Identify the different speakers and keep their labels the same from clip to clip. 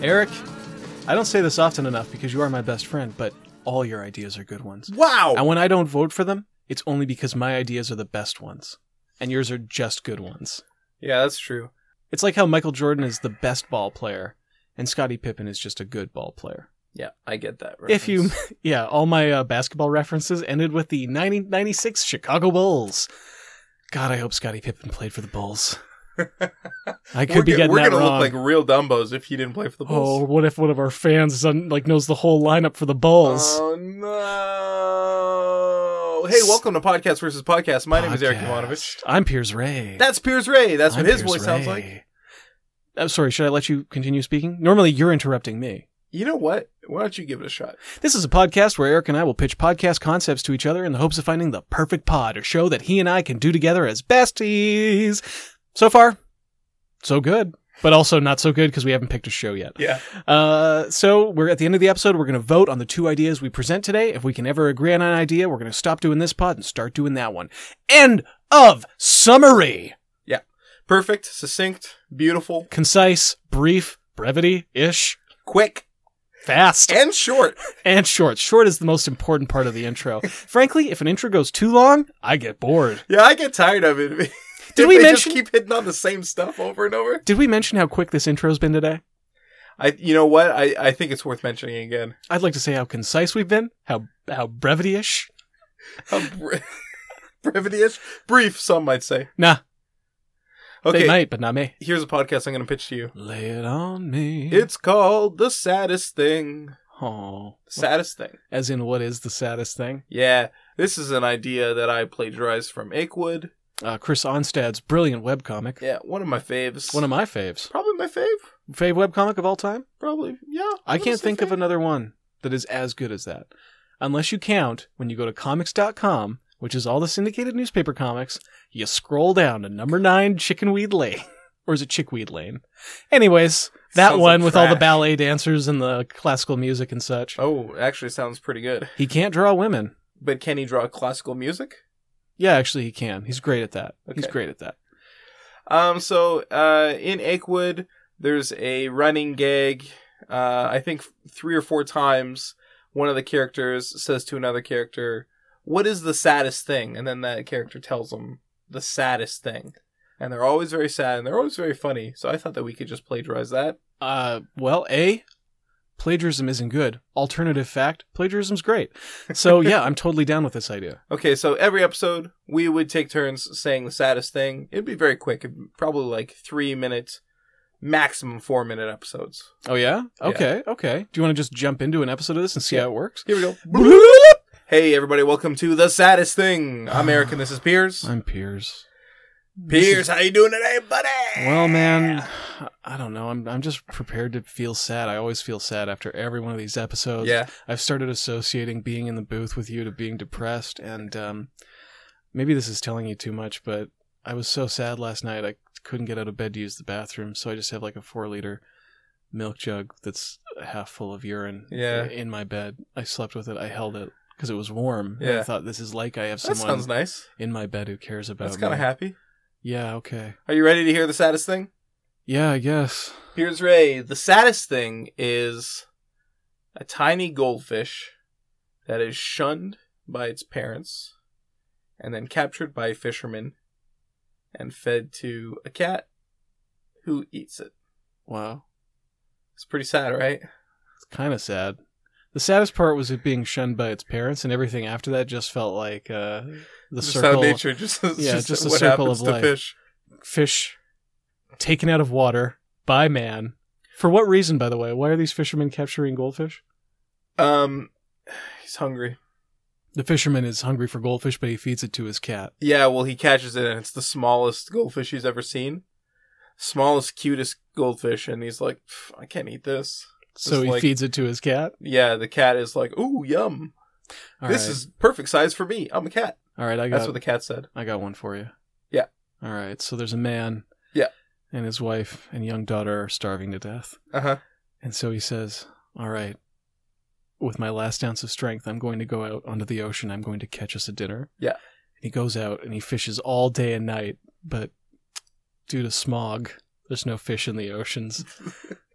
Speaker 1: Eric, I don't say this often enough because you are my best friend, but all your ideas are good ones.
Speaker 2: Wow.
Speaker 1: And when I don't vote for them, it's only because my ideas are the best ones, and yours are just good ones.
Speaker 3: Yeah, that's true.
Speaker 1: It's like how Michael Jordan is the best ball player, and Scottie Pippen is just a good ball player.
Speaker 3: Yeah, I get that.
Speaker 1: If you,
Speaker 3: reference.
Speaker 1: yeah, all my uh, basketball references ended with the 1996 Chicago Bulls. God, I hope Scottie Pippen played for the Bulls. I could
Speaker 2: we're
Speaker 1: be
Speaker 2: ge-
Speaker 1: getting
Speaker 2: we're
Speaker 1: that
Speaker 2: gonna
Speaker 1: wrong.
Speaker 2: look like real dumbos if he didn't play for the
Speaker 1: oh,
Speaker 2: Bulls.
Speaker 1: what if one of our fans is on, like knows the whole lineup for the Bulls?
Speaker 2: Oh, no! Hey, welcome to Podcast versus Podcast. My name is Eric
Speaker 1: Podcast.
Speaker 2: Ivanovich.
Speaker 1: I'm Piers Ray.
Speaker 2: That's Piers Ray. That's
Speaker 1: I'm
Speaker 2: what his
Speaker 1: Piers
Speaker 2: voice sounds
Speaker 1: Ray.
Speaker 2: like.
Speaker 1: I'm sorry. Should I let you continue speaking? Normally, you're interrupting me.
Speaker 2: You know what? Why don't you give it a shot?
Speaker 1: This is a podcast where Eric and I will pitch podcast concepts to each other in the hopes of finding the perfect pod or show that he and I can do together as besties. So far, so good, but also not so good because we haven't picked a show yet.
Speaker 2: Yeah.
Speaker 1: Uh, so we're at the end of the episode. We're going to vote on the two ideas we present today. If we can ever agree on an idea, we're going to stop doing this pod and start doing that one. End of summary.
Speaker 2: Perfect, succinct, beautiful,
Speaker 1: Concise, brief, brevity ish,
Speaker 2: quick,
Speaker 1: fast.
Speaker 2: and short.
Speaker 1: and short. Short is the most important part of the intro. Frankly, if an intro goes too long, I get bored.
Speaker 2: Yeah, I get tired of it.
Speaker 1: Did
Speaker 2: If
Speaker 1: we
Speaker 2: they
Speaker 1: mention-
Speaker 2: just keep hitting on the same stuff over and over?
Speaker 1: Did we mention how quick this intro's been today?
Speaker 2: I, you know what? I, I think it's worth mentioning again.
Speaker 1: I'd like to say how concise we've been, how how brevity-ish.
Speaker 2: How bre- brevity is brief. Some might say.
Speaker 1: Nah,
Speaker 2: Okay,
Speaker 1: they might, but not me.
Speaker 2: here's a podcast I'm going to pitch to you.
Speaker 1: Lay it on me.
Speaker 2: It's called the saddest thing.
Speaker 1: oh,
Speaker 2: Saddest thing.
Speaker 1: as in what is the saddest thing?
Speaker 2: Yeah, this is an idea that I plagiarized from Akewood.
Speaker 1: Uh, Chris Onstad's brilliant webcomic.
Speaker 2: Yeah, one of my faves.
Speaker 1: One of my faves.
Speaker 2: probably my fave.
Speaker 1: Fave webcomic of all time?
Speaker 2: Probably yeah.
Speaker 1: I can't
Speaker 2: honestly
Speaker 1: think of
Speaker 2: fave.
Speaker 1: another one that is as good as that. Unless you count when you go to comics.com, which is all the syndicated newspaper comics, you scroll down to number nine Chickenweed Lane. Or is it Chickweed Lane? Anyways, that
Speaker 2: Sounds
Speaker 1: one
Speaker 2: like
Speaker 1: with all the
Speaker 2: trash.
Speaker 1: ballet dancers and the classical music and such.
Speaker 2: Oh, actually, sounds pretty good.
Speaker 1: He can't draw women.
Speaker 2: But can he draw classical music?
Speaker 1: Yeah, actually, he can. He's great at that. He's
Speaker 2: Okay.
Speaker 1: great at that.
Speaker 2: Um, so uh, in Akewood, there's a running gag. Uh, I think three or four times, one of the characters says to another character, "What is the saddest thing?" And then that character tells them the saddest thing. And they're always very sad, and they're always very funny. So I thought that we could just plagiarize that.
Speaker 1: Uh, well, A, plagiarism isn't good. Alternative fact, plagiarism's great. So, yeah, I'm totally down with this idea.
Speaker 2: Okay, so every episode we would take turns saying the saddest thing. It'd be very quick, It'd probably like three minutes, maximum four minute episodes.
Speaker 1: Oh yeah?
Speaker 2: Yeah.
Speaker 1: Okay, okay. Do you want to just jump into an episode of this and see how it works?
Speaker 2: Here we go. Hey everybody, welcome to the saddest thing. I'm Eric and this is Piers.
Speaker 1: I'm Piers.
Speaker 2: Piers, how you doing today, buddy?
Speaker 1: Well, man, I don't know. I'm I'm just prepared to feel sad. I always feel sad after every one of these episodes.
Speaker 2: Yeah.
Speaker 1: I've started associating being in the booth with you to being depressed, and um, maybe this is telling you too much, but I was so sad last night. I couldn't get out of bed to use the bathroom, so I just have like a four liter milk jug that's half full of urine.
Speaker 2: Yeah.
Speaker 1: In my bed, I slept with it. I held it because it was warm. and I
Speaker 2: Yeah.
Speaker 1: thought this is like I have
Speaker 2: That
Speaker 1: someone
Speaker 2: sounds nice.
Speaker 1: in my bed who cares about
Speaker 2: That's kind
Speaker 1: me.
Speaker 2: of happy.
Speaker 1: yeah. Okay.
Speaker 2: Are you ready to hear the saddest thing?
Speaker 1: Yeah. I guess.
Speaker 2: Here's Ray. The saddest thing is a tiny goldfish that is shunned by its parents and then captured by a fisherman and fed to a cat who eats it.
Speaker 1: Wow.
Speaker 2: It's pretty sad, right?
Speaker 1: It's kind of sad. The saddest part was it being shunned by its parents, and everything after that just felt like uh, the
Speaker 2: just
Speaker 1: circle
Speaker 2: how nature just,
Speaker 1: Yeah,
Speaker 2: just,
Speaker 1: just the
Speaker 2: what
Speaker 1: circle
Speaker 2: happens
Speaker 1: of
Speaker 2: to
Speaker 1: life.
Speaker 2: fish.
Speaker 1: fish taken out of water by man. For what reason, by the way? Why are these fishermen capturing goldfish?
Speaker 2: Um, he's hungry.
Speaker 1: The fisherman is hungry for goldfish, but he feeds it to his cat.
Speaker 2: Yeah, well, he catches it, and it's the smallest goldfish he's ever seen. Smallest, cutest goldfish, and he's like, "Pff, I can't eat this.
Speaker 1: So
Speaker 2: It's
Speaker 1: he
Speaker 2: like-
Speaker 1: feeds it to his cat.
Speaker 2: Yeah, the cat is like, ooh, yum.
Speaker 1: All right,
Speaker 2: this is perfect size for me. I'm a cat.
Speaker 1: all right. I got
Speaker 2: That's what the cat said.
Speaker 1: I got one for you.
Speaker 2: Yeah.
Speaker 1: All right. So there's a man.
Speaker 2: Yeah.
Speaker 1: And his wife and young daughter are starving to death.
Speaker 2: Uh huh.
Speaker 1: And so he says, All right, with my last ounce of strength, I'm going to go out onto the ocean. I'm going to catch us a dinner.
Speaker 2: Yeah.
Speaker 1: And he goes out and he fishes all day and night, but due to smog, There's no fish in the oceans.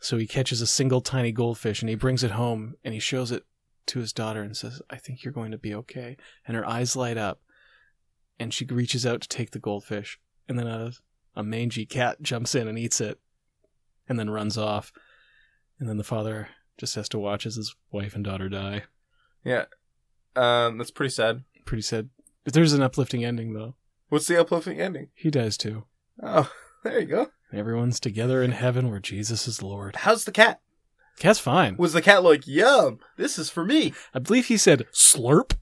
Speaker 1: so he catches a single tiny goldfish and he brings it home and he shows it to his daughter and says, I think you're going to be okay. And her eyes light up and she reaches out to take the goldfish. And then a, a mangy cat jumps in and eats it and then runs off. And then the father just has to watch as his wife and daughter die.
Speaker 2: Um, that's pretty sad.
Speaker 1: Pretty sad. There's an uplifting ending, though.
Speaker 2: What's the uplifting ending?
Speaker 1: He dies too.
Speaker 2: Oh, there you go.
Speaker 1: Everyone's together in heaven where Jesus is Lord.
Speaker 2: How's the cat?
Speaker 1: Cat's fine.
Speaker 2: Was the cat like, yum, this is for me?
Speaker 1: I believe he said slurp.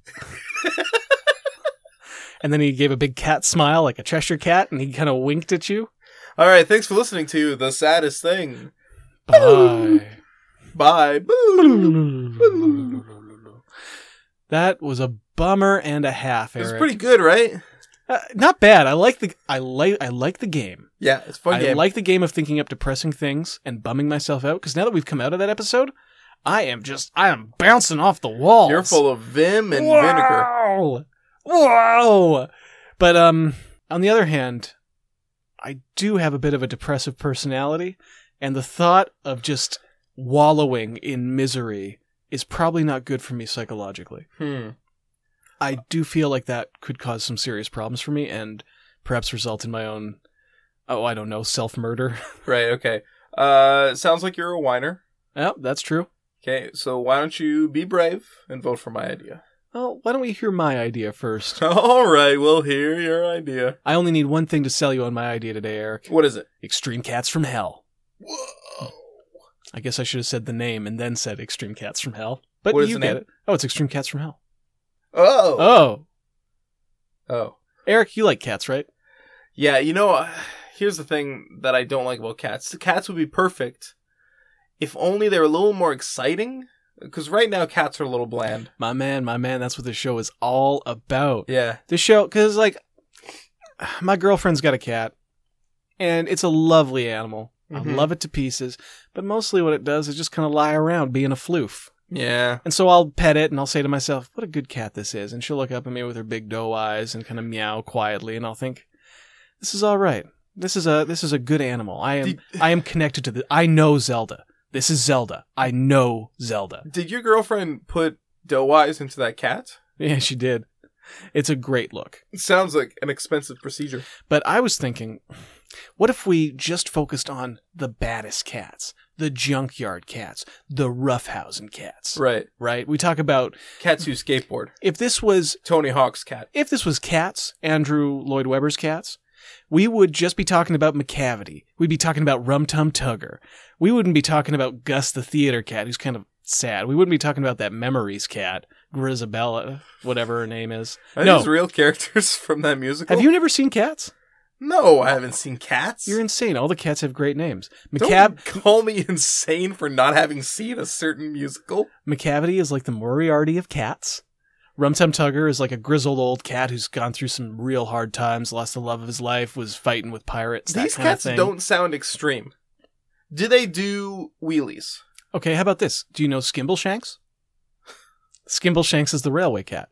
Speaker 1: and then he gave a big cat smile like a Cheshire cat and he kind of winked at you.
Speaker 2: All right, thanks for listening to The Saddest Thing.
Speaker 1: Bye.
Speaker 2: Bye.
Speaker 1: that was a bummer and a half,
Speaker 2: It's
Speaker 1: Eric.
Speaker 2: pretty good, right?
Speaker 1: Uh, not bad. I like the I like I like the game.
Speaker 2: Yeah, it's a fun
Speaker 1: I
Speaker 2: game.
Speaker 1: like the game of thinking up depressing things and bumming myself out because now that we've come out of that episode, I am just I am bouncing off the walls.
Speaker 2: You're full of vim and vinegar.
Speaker 1: wow! Wow! But um, on the other hand, I do have a bit of a depressive personality, and the thought of just wallowing in misery is probably not good for me psychologically.
Speaker 2: Hmm.
Speaker 1: I do feel like that could cause some serious problems for me and perhaps result in my own, oh, I don't know, self murder.
Speaker 2: Right, okay. Uh, sounds like you're a whiner.
Speaker 1: yeah, Oh, that's true.
Speaker 2: Okay, so why don't you be brave and vote for my idea?
Speaker 1: Well, why don't we hear my idea first?
Speaker 2: All right, we'll hear your idea.
Speaker 1: I only need one thing to sell you on my idea today, Eric
Speaker 2: What is it?
Speaker 1: Extreme Cats from Hell.
Speaker 2: Whoa.
Speaker 1: I guess I should have said the name and then said Extreme Cats from Hell. But
Speaker 2: What is
Speaker 1: you
Speaker 2: the
Speaker 1: get
Speaker 2: name?
Speaker 1: it. Oh, it's Extreme Cats from Hell.
Speaker 2: Oh.
Speaker 1: Oh.
Speaker 2: Oh.
Speaker 1: Eric, you like cats, right?
Speaker 2: Yeah, you know, uh, here's the thing that I don't like about cats. The cats would be perfect if only they were a little more exciting. Because right now, cats are a little bland.
Speaker 1: My man, my man, that's what this show is all about.
Speaker 2: Yeah.
Speaker 1: This show, because, like, my girlfriend's got a cat, and it's a lovely animal. I
Speaker 2: Mhm.
Speaker 1: love it to pieces, but mostly what it does is just kind of lie around being a floof.
Speaker 2: Yeah.
Speaker 1: And so I'll pet it and I'll say to myself, what a good cat this is. And she'll look up at me with her big doe eyes and kind of meow quietly. And I'll think, this is all right. This is a, this is a good animal. I am,
Speaker 2: Did-
Speaker 1: I am connected to the, I know Zelda. This is Zelda. I know Zelda.
Speaker 2: Did your girlfriend put doe eyes into that cat?
Speaker 1: Yeah, she did. It's a great look.
Speaker 2: It sounds like an expensive procedure.
Speaker 1: But I was thinking, what if we just focused on the baddest cats, the junkyard cats, the roughhousing cats,
Speaker 2: Right.
Speaker 1: right? We talk about
Speaker 2: Cats who skateboard.
Speaker 1: if this was
Speaker 2: Tony Hawk's cat.
Speaker 1: if this was cats, Andrew Lloyd Webber's cats, we would just be talking about McCavity. We'd be talking about Rum Tum Tugger. We wouldn't be talking about Gus the theater cat, who's kind of sad. We wouldn't be talking about that memories cat, Grisabella, whatever her name is.
Speaker 2: Are
Speaker 1: No.
Speaker 2: these real characters from that musical?
Speaker 1: Have you never seen cats?
Speaker 2: No, I haven't seen cats.
Speaker 1: You're insane. All the cats have great names.
Speaker 2: Don't
Speaker 1: McCab
Speaker 2: call me insane for not having seen a certain musical.
Speaker 1: McCavity is like the Moriarty of cats. Rum Tum Tugger is like a grizzled old cat who's gone through some real hard times, lost the love of his life, was fighting with pirates. that
Speaker 2: These
Speaker 1: kinda
Speaker 2: cats
Speaker 1: thing.
Speaker 2: don't sound extreme. Do they do wheelies?
Speaker 1: Okay, how about this? Do you know Skimbleshanks? Skimbleshanks is the railway cat.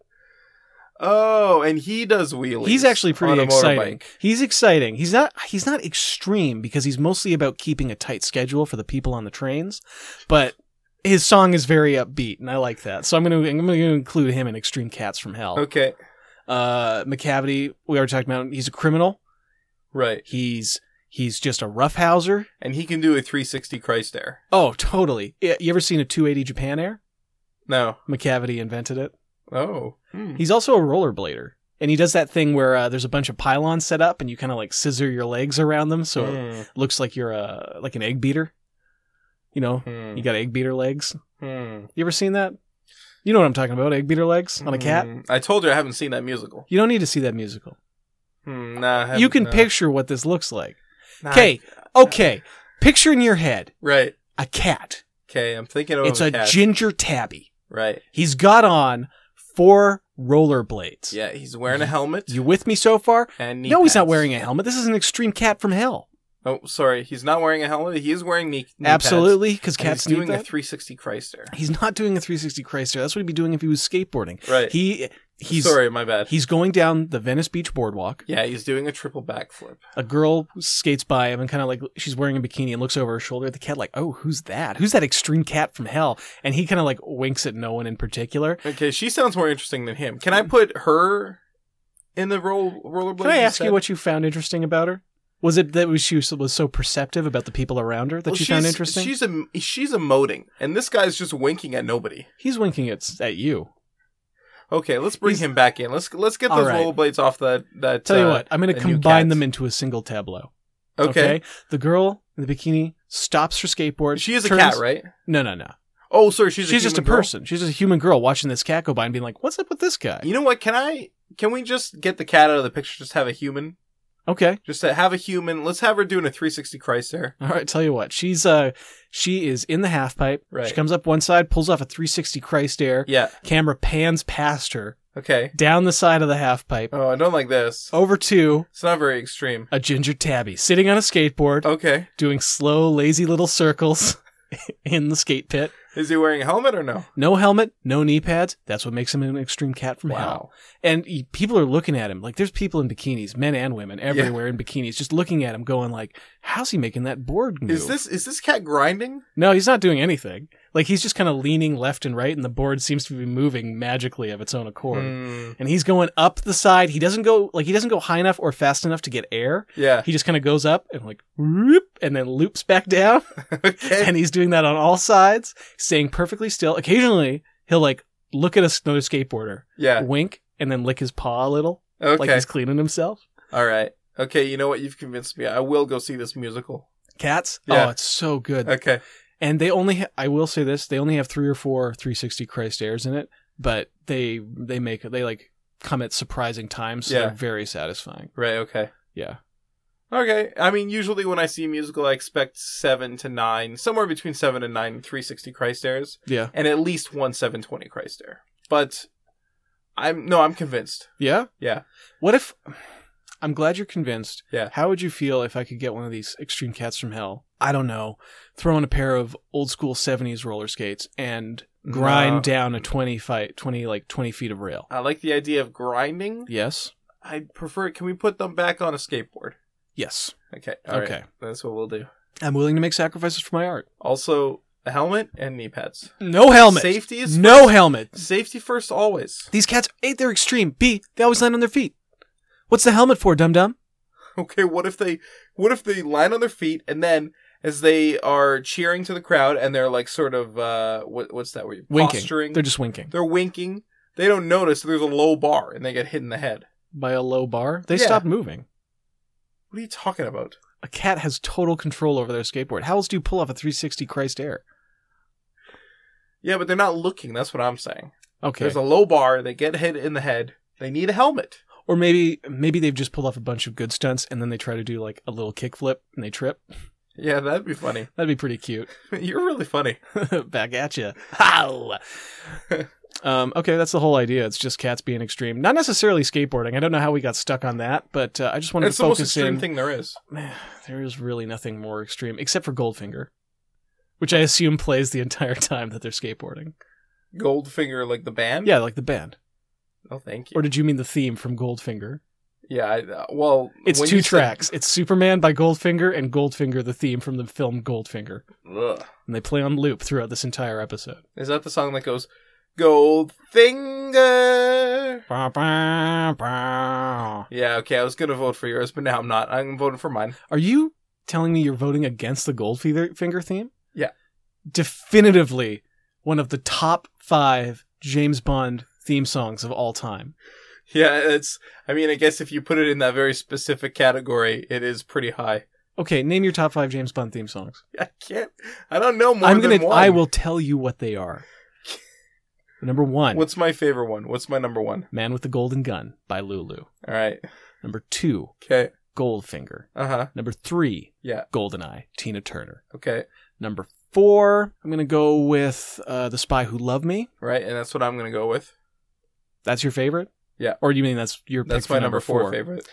Speaker 2: Oh, and he does wheelies.
Speaker 1: He's actually
Speaker 2: on
Speaker 1: pretty
Speaker 2: a
Speaker 1: exciting.
Speaker 2: motorbike.
Speaker 1: He's exciting. He's not he's not extreme because he's mostly about keeping a tight schedule for the people on the trains, but his song is very upbeat and I like that. So I'm going to I'm going to include him in Extreme Cats from Hell.
Speaker 2: Okay,
Speaker 1: Uh McCavity, we already talked about him. He's a criminal.
Speaker 2: right.
Speaker 1: He's he's just a roughhouser.
Speaker 2: And he can do a 360 Christ air.
Speaker 1: Oh, totally. Yeah, You ever seen a 280 Japan Air?
Speaker 2: No.
Speaker 1: McCavity invented it.
Speaker 2: Oh. Hmm.
Speaker 1: He's also a rollerblader, and he does that thing where uh, there's a bunch of pylons set up, and you kind of like scissor your legs around them, so it
Speaker 2: Hmm.
Speaker 1: looks like you're uh, like an egg beater. You know,
Speaker 2: Hmm.
Speaker 1: you got egg beater legs.
Speaker 2: Hmm.
Speaker 1: You ever seen that? You know what I'm talking about? Egg beater legs on a cat.
Speaker 2: Hmm. I told you I haven't seen that musical.
Speaker 1: You don't need to see that musical.
Speaker 2: Hmm, nah, I haven't-
Speaker 1: You can
Speaker 2: no.
Speaker 1: picture what this looks like.
Speaker 2: Nah,
Speaker 1: Okay, okay. Picture in your head
Speaker 2: Right.
Speaker 1: a cat.
Speaker 2: Okay, I'm thinking of
Speaker 1: It's
Speaker 2: a,
Speaker 1: a
Speaker 2: Oh, cat.
Speaker 1: ginger tabby.
Speaker 2: right.
Speaker 1: He's got on four rollerblades.
Speaker 2: Yeah, he's wearing a helmet.
Speaker 1: You with me so far?
Speaker 2: and knee
Speaker 1: No, he's not
Speaker 2: pads.
Speaker 1: wearing a helmet. This is an extreme cat from hell.
Speaker 2: Oh, sorry. He's not wearing a helmet. He is wearing knee. knee pads.
Speaker 1: Absolutely, because
Speaker 2: And
Speaker 1: cats
Speaker 2: he's
Speaker 1: need
Speaker 2: doing a
Speaker 1: that.
Speaker 2: 360 Christ air.
Speaker 1: he's not doing a 360 Chrysler. That's what he'd be doing if he was skateboarding.
Speaker 2: Right.
Speaker 1: He he's
Speaker 2: sorry, my bad.
Speaker 1: he's going down the Venice Beach boardwalk.
Speaker 2: yeah, he's doing a triple backflip.
Speaker 1: A girl skates by him and kind of like she's wearing a bikini and looks over her shoulder at the cat like, "Oh, who's that? Who's that extreme cat from hell?" And he kind of like winks at no one in particular.
Speaker 2: Okay, she sounds more interesting than him. Can I put her in the roll rollerblade?
Speaker 1: Mm. Can I ask you what you found interesting about her? Was it that was- she was was so perceptive about the people around her that you found interesting?
Speaker 2: She's a she's emoting, and this guy's just winking at nobody.
Speaker 1: He's winking at at you.
Speaker 2: Okay, let's bring
Speaker 1: He's-
Speaker 2: him back in. Let's let's get
Speaker 1: All
Speaker 2: those
Speaker 1: right.
Speaker 2: rollerblades off that that.
Speaker 1: Tell you
Speaker 2: uh,
Speaker 1: what, I'm going
Speaker 2: a
Speaker 1: to
Speaker 2: new
Speaker 1: combine
Speaker 2: cat.
Speaker 1: them into a single tableau.
Speaker 2: Okay.
Speaker 1: The girl in the bikini stops her skateboard.
Speaker 2: She is a
Speaker 1: turns-
Speaker 2: cat, right?
Speaker 1: No, no, no.
Speaker 2: Oh, sorry, she's
Speaker 1: She's,
Speaker 2: a
Speaker 1: just a
Speaker 2: human girl?
Speaker 1: person. She's just a human girl watching this cat go by and being like, "What's up with this guy?"
Speaker 2: You know what? Can I? Can we just get the cat out of the picture? Just have a human.
Speaker 1: Okay.
Speaker 2: Just to have a human. Let's have her doing a 360 Christ there.
Speaker 1: All right, tell you what. She's uh she is in the half pipe.
Speaker 2: Right.
Speaker 1: She comes up one side, pulls off a 360 Christ air.
Speaker 2: Yeah.
Speaker 1: Camera pans past her,
Speaker 2: Okay.
Speaker 1: down the side of the half pipe,
Speaker 2: Oh, I don't like this.
Speaker 1: over to
Speaker 2: It's not very extreme.
Speaker 1: a ginger tabby sitting on a skateboard,
Speaker 2: Okay.
Speaker 1: doing slow, lazy little circles in the skate pit.
Speaker 2: Is he wearing a helmet or no?
Speaker 1: No helmet, no knee pads. That's what makes him an extreme cat from hell. and he- people are looking at him like there's people in bikinis men and women everywhere in bikinis just looking at him going like how's he making that board move
Speaker 2: Is this is this cat grinding?
Speaker 1: no he's not doing anything like he's just kind of leaning left and right and the board seems to be moving magically of its own accord
Speaker 2: Hmm.
Speaker 1: and he's going up the side he doesn't go like he doesn't go high enough or fast enough to get air
Speaker 2: Yeah.
Speaker 1: he just kind of goes up and like whoop and then loops back down
Speaker 2: okay.
Speaker 1: and he's doing that on all sides staying perfectly still occasionally he'll like look at us- another skateboarder
Speaker 2: Yeah.
Speaker 1: wink and then lick his paw a little
Speaker 2: Okay.
Speaker 1: like he's cleaning himself
Speaker 2: All right. Okay. You know what? You've convinced me. I will go see this musical.
Speaker 1: Cats?
Speaker 2: Yeah.
Speaker 1: Oh, it's so good.
Speaker 2: Okay.
Speaker 1: And they only ha- I will say this, they only have 3 or 4 360 Christ airs in it, but they they make they like come at surprising times. So
Speaker 2: Yeah.
Speaker 1: They're very satisfying.
Speaker 2: Right. Okay.
Speaker 1: Yeah.
Speaker 2: Okay. I mean, usually when I see a musical, I expect seven to nine, somewhere between seven and nine, 360 Christ airs,
Speaker 1: Yeah.
Speaker 2: and at least one 720 Christ air. But I'm no, I'm convinced.
Speaker 1: Yeah?
Speaker 2: Yeah.
Speaker 1: What if I'm glad you're convinced.
Speaker 2: Yeah.
Speaker 1: How would you feel if I could get one of these extreme cats from hell? I don't know. Throw in a pair of old school 70s roller skates and grind
Speaker 2: No.
Speaker 1: down a 20 fight, 20 like 20 feet of rail.
Speaker 2: Uh, I like the idea of grinding.
Speaker 1: Yes.
Speaker 2: I prefer. Can we put them back on a skateboard?
Speaker 1: Yes.
Speaker 2: Okay. all right.
Speaker 1: Okay.
Speaker 2: That's what we'll do.
Speaker 1: I'm willing to make sacrifices for my art.
Speaker 2: Also, a helmet and knee pads.
Speaker 1: No helmet.
Speaker 2: Safety is
Speaker 1: no helmet.
Speaker 2: safety first always.
Speaker 1: These cats ate their extreme. B, they always land on their feet. What's the helmet for, dum dum?
Speaker 2: Okay, what if they what if they land on their feet and then as they are cheering to the crowd and they're like sort of uh what what's that word?
Speaker 1: Winking.
Speaker 2: Posturing.
Speaker 1: They're
Speaker 2: They're,
Speaker 1: just winking.
Speaker 2: winking. They don't notice that there's a low bar and they get hit in the head.
Speaker 1: By a low bar, they
Speaker 2: Yeah.
Speaker 1: stopped moving.
Speaker 2: What are you talking about?
Speaker 1: A cat has total control over their skateboard. How else do you pull off a 360 Christ air?
Speaker 2: Yeah, but they're not looking. That's what I'm saying.
Speaker 1: Okay.
Speaker 2: There's a low bar. They get hit in the head. They need a helmet.
Speaker 1: or maybe maybe they've just pulled off a bunch of good stunts and then they try to do like a little kickflip and they trip.
Speaker 2: Yeah, that'd be funny.
Speaker 1: That'd be pretty cute.
Speaker 2: You're really funny.
Speaker 1: Back at you. How? um, okay, that's the whole idea. It's just cats being extreme. Not necessarily skateboarding. I don't know how we got stuck on that, but uh, I just wanted
Speaker 2: It's
Speaker 1: to
Speaker 2: the most
Speaker 1: focus
Speaker 2: extreme
Speaker 1: in.
Speaker 2: thing there is.
Speaker 1: Man, there is really nothing more extreme except for Goldfinger, which I assume plays the entire time that they're skateboarding.
Speaker 2: Goldfinger, like the band.
Speaker 1: Yeah, like the band.
Speaker 2: Oh, thank you.
Speaker 1: Or did you mean the theme from Goldfinger?
Speaker 2: Yeah. I, uh, well,
Speaker 1: It's
Speaker 2: when
Speaker 1: two
Speaker 2: you said-
Speaker 1: tracks. It's Superman by Goldfinger and Goldfinger the theme from the film Goldfinger.
Speaker 2: Ugh.
Speaker 1: And they play on loop throughout this entire episode.
Speaker 2: Is that the song that goes Goldfinger?
Speaker 1: Bah, bah, bah.
Speaker 2: Yeah, okay, I was gonna vote for yours, but now I'm not. I'm voting for mine.
Speaker 1: Are you telling me you're voting against the Goldfinger theme?
Speaker 2: Yeah.
Speaker 1: Definitively one of the top 5 James Bond theme songs of all time.
Speaker 2: Yeah, it's I mean, I guess if you put it in that very specific category, it is pretty high.
Speaker 1: Okay, name your top five James Bond theme songs.
Speaker 2: I can't I don't know more
Speaker 1: I'm
Speaker 2: than
Speaker 1: gonna.
Speaker 2: one.
Speaker 1: I will tell you what they are. Number one,
Speaker 2: What's my favorite one? What's my number one?
Speaker 1: "Man with the Golden Gun" by Lulu.
Speaker 2: Alright.
Speaker 1: Number two,
Speaker 2: Okay.
Speaker 1: Goldfinger.
Speaker 2: Uh-huh.
Speaker 1: Number three,
Speaker 2: Yeah.
Speaker 1: Goldeneye, Tina Turner.
Speaker 2: Okay.
Speaker 1: Number four, I'm gonna go with uh, "The Spy Who Loved Me."
Speaker 2: Right, and that's what I'm gonna go with.
Speaker 1: That's your favorite.
Speaker 2: Yeah.
Speaker 1: Or you mean that's your?
Speaker 2: That's
Speaker 1: pick
Speaker 2: my
Speaker 1: for
Speaker 2: number four, favorite.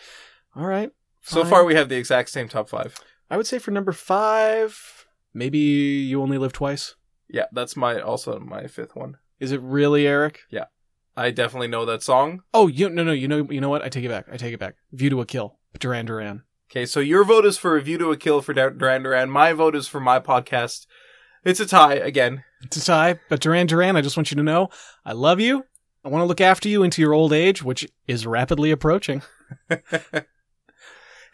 Speaker 1: All right.
Speaker 2: So
Speaker 1: fine.
Speaker 2: far we have the exact same top five.
Speaker 1: I would say for number five, maybe you only live twice.
Speaker 2: Yeah, that's my also my fifth one.
Speaker 1: Is it really Eric?
Speaker 2: I definitely know that song.
Speaker 1: Oh, you no no you know you know what? I take it back. I take it back. View to a Kill, Duran Duran.
Speaker 2: Okay, so your vote is for View to a Kill for Dur- Duran Duran. My vote is for my podcast. It's a tie again.
Speaker 1: It's a tie, but Duran Duran, I just want you to know, I love you. I want to look after you into your old age, which is rapidly approaching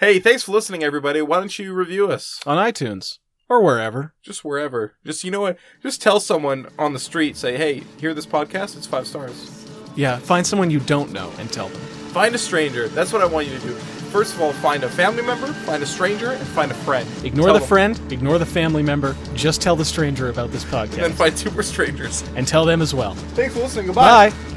Speaker 2: Hey, thanks for listening, everybody. Why don't you review us?
Speaker 1: on iTunes or wherever.
Speaker 2: Just wherever. Just, you know what? Just tell someone on the street, say, hey, hear this podcast? It's five stars.
Speaker 1: Yeah, find someone you don't know and tell them.
Speaker 2: Find a stranger. That's what I want you to do. First of all, find a family member, find a stranger, and find a friend.
Speaker 1: Ignore
Speaker 2: Tell
Speaker 1: the
Speaker 2: them.
Speaker 1: friend, ignore the family member, just tell the stranger about this
Speaker 2: And then
Speaker 1: podcast
Speaker 2: find two more strangers.
Speaker 1: and tell them as well.
Speaker 2: Thanks for listening. Goodbye.
Speaker 1: Bye.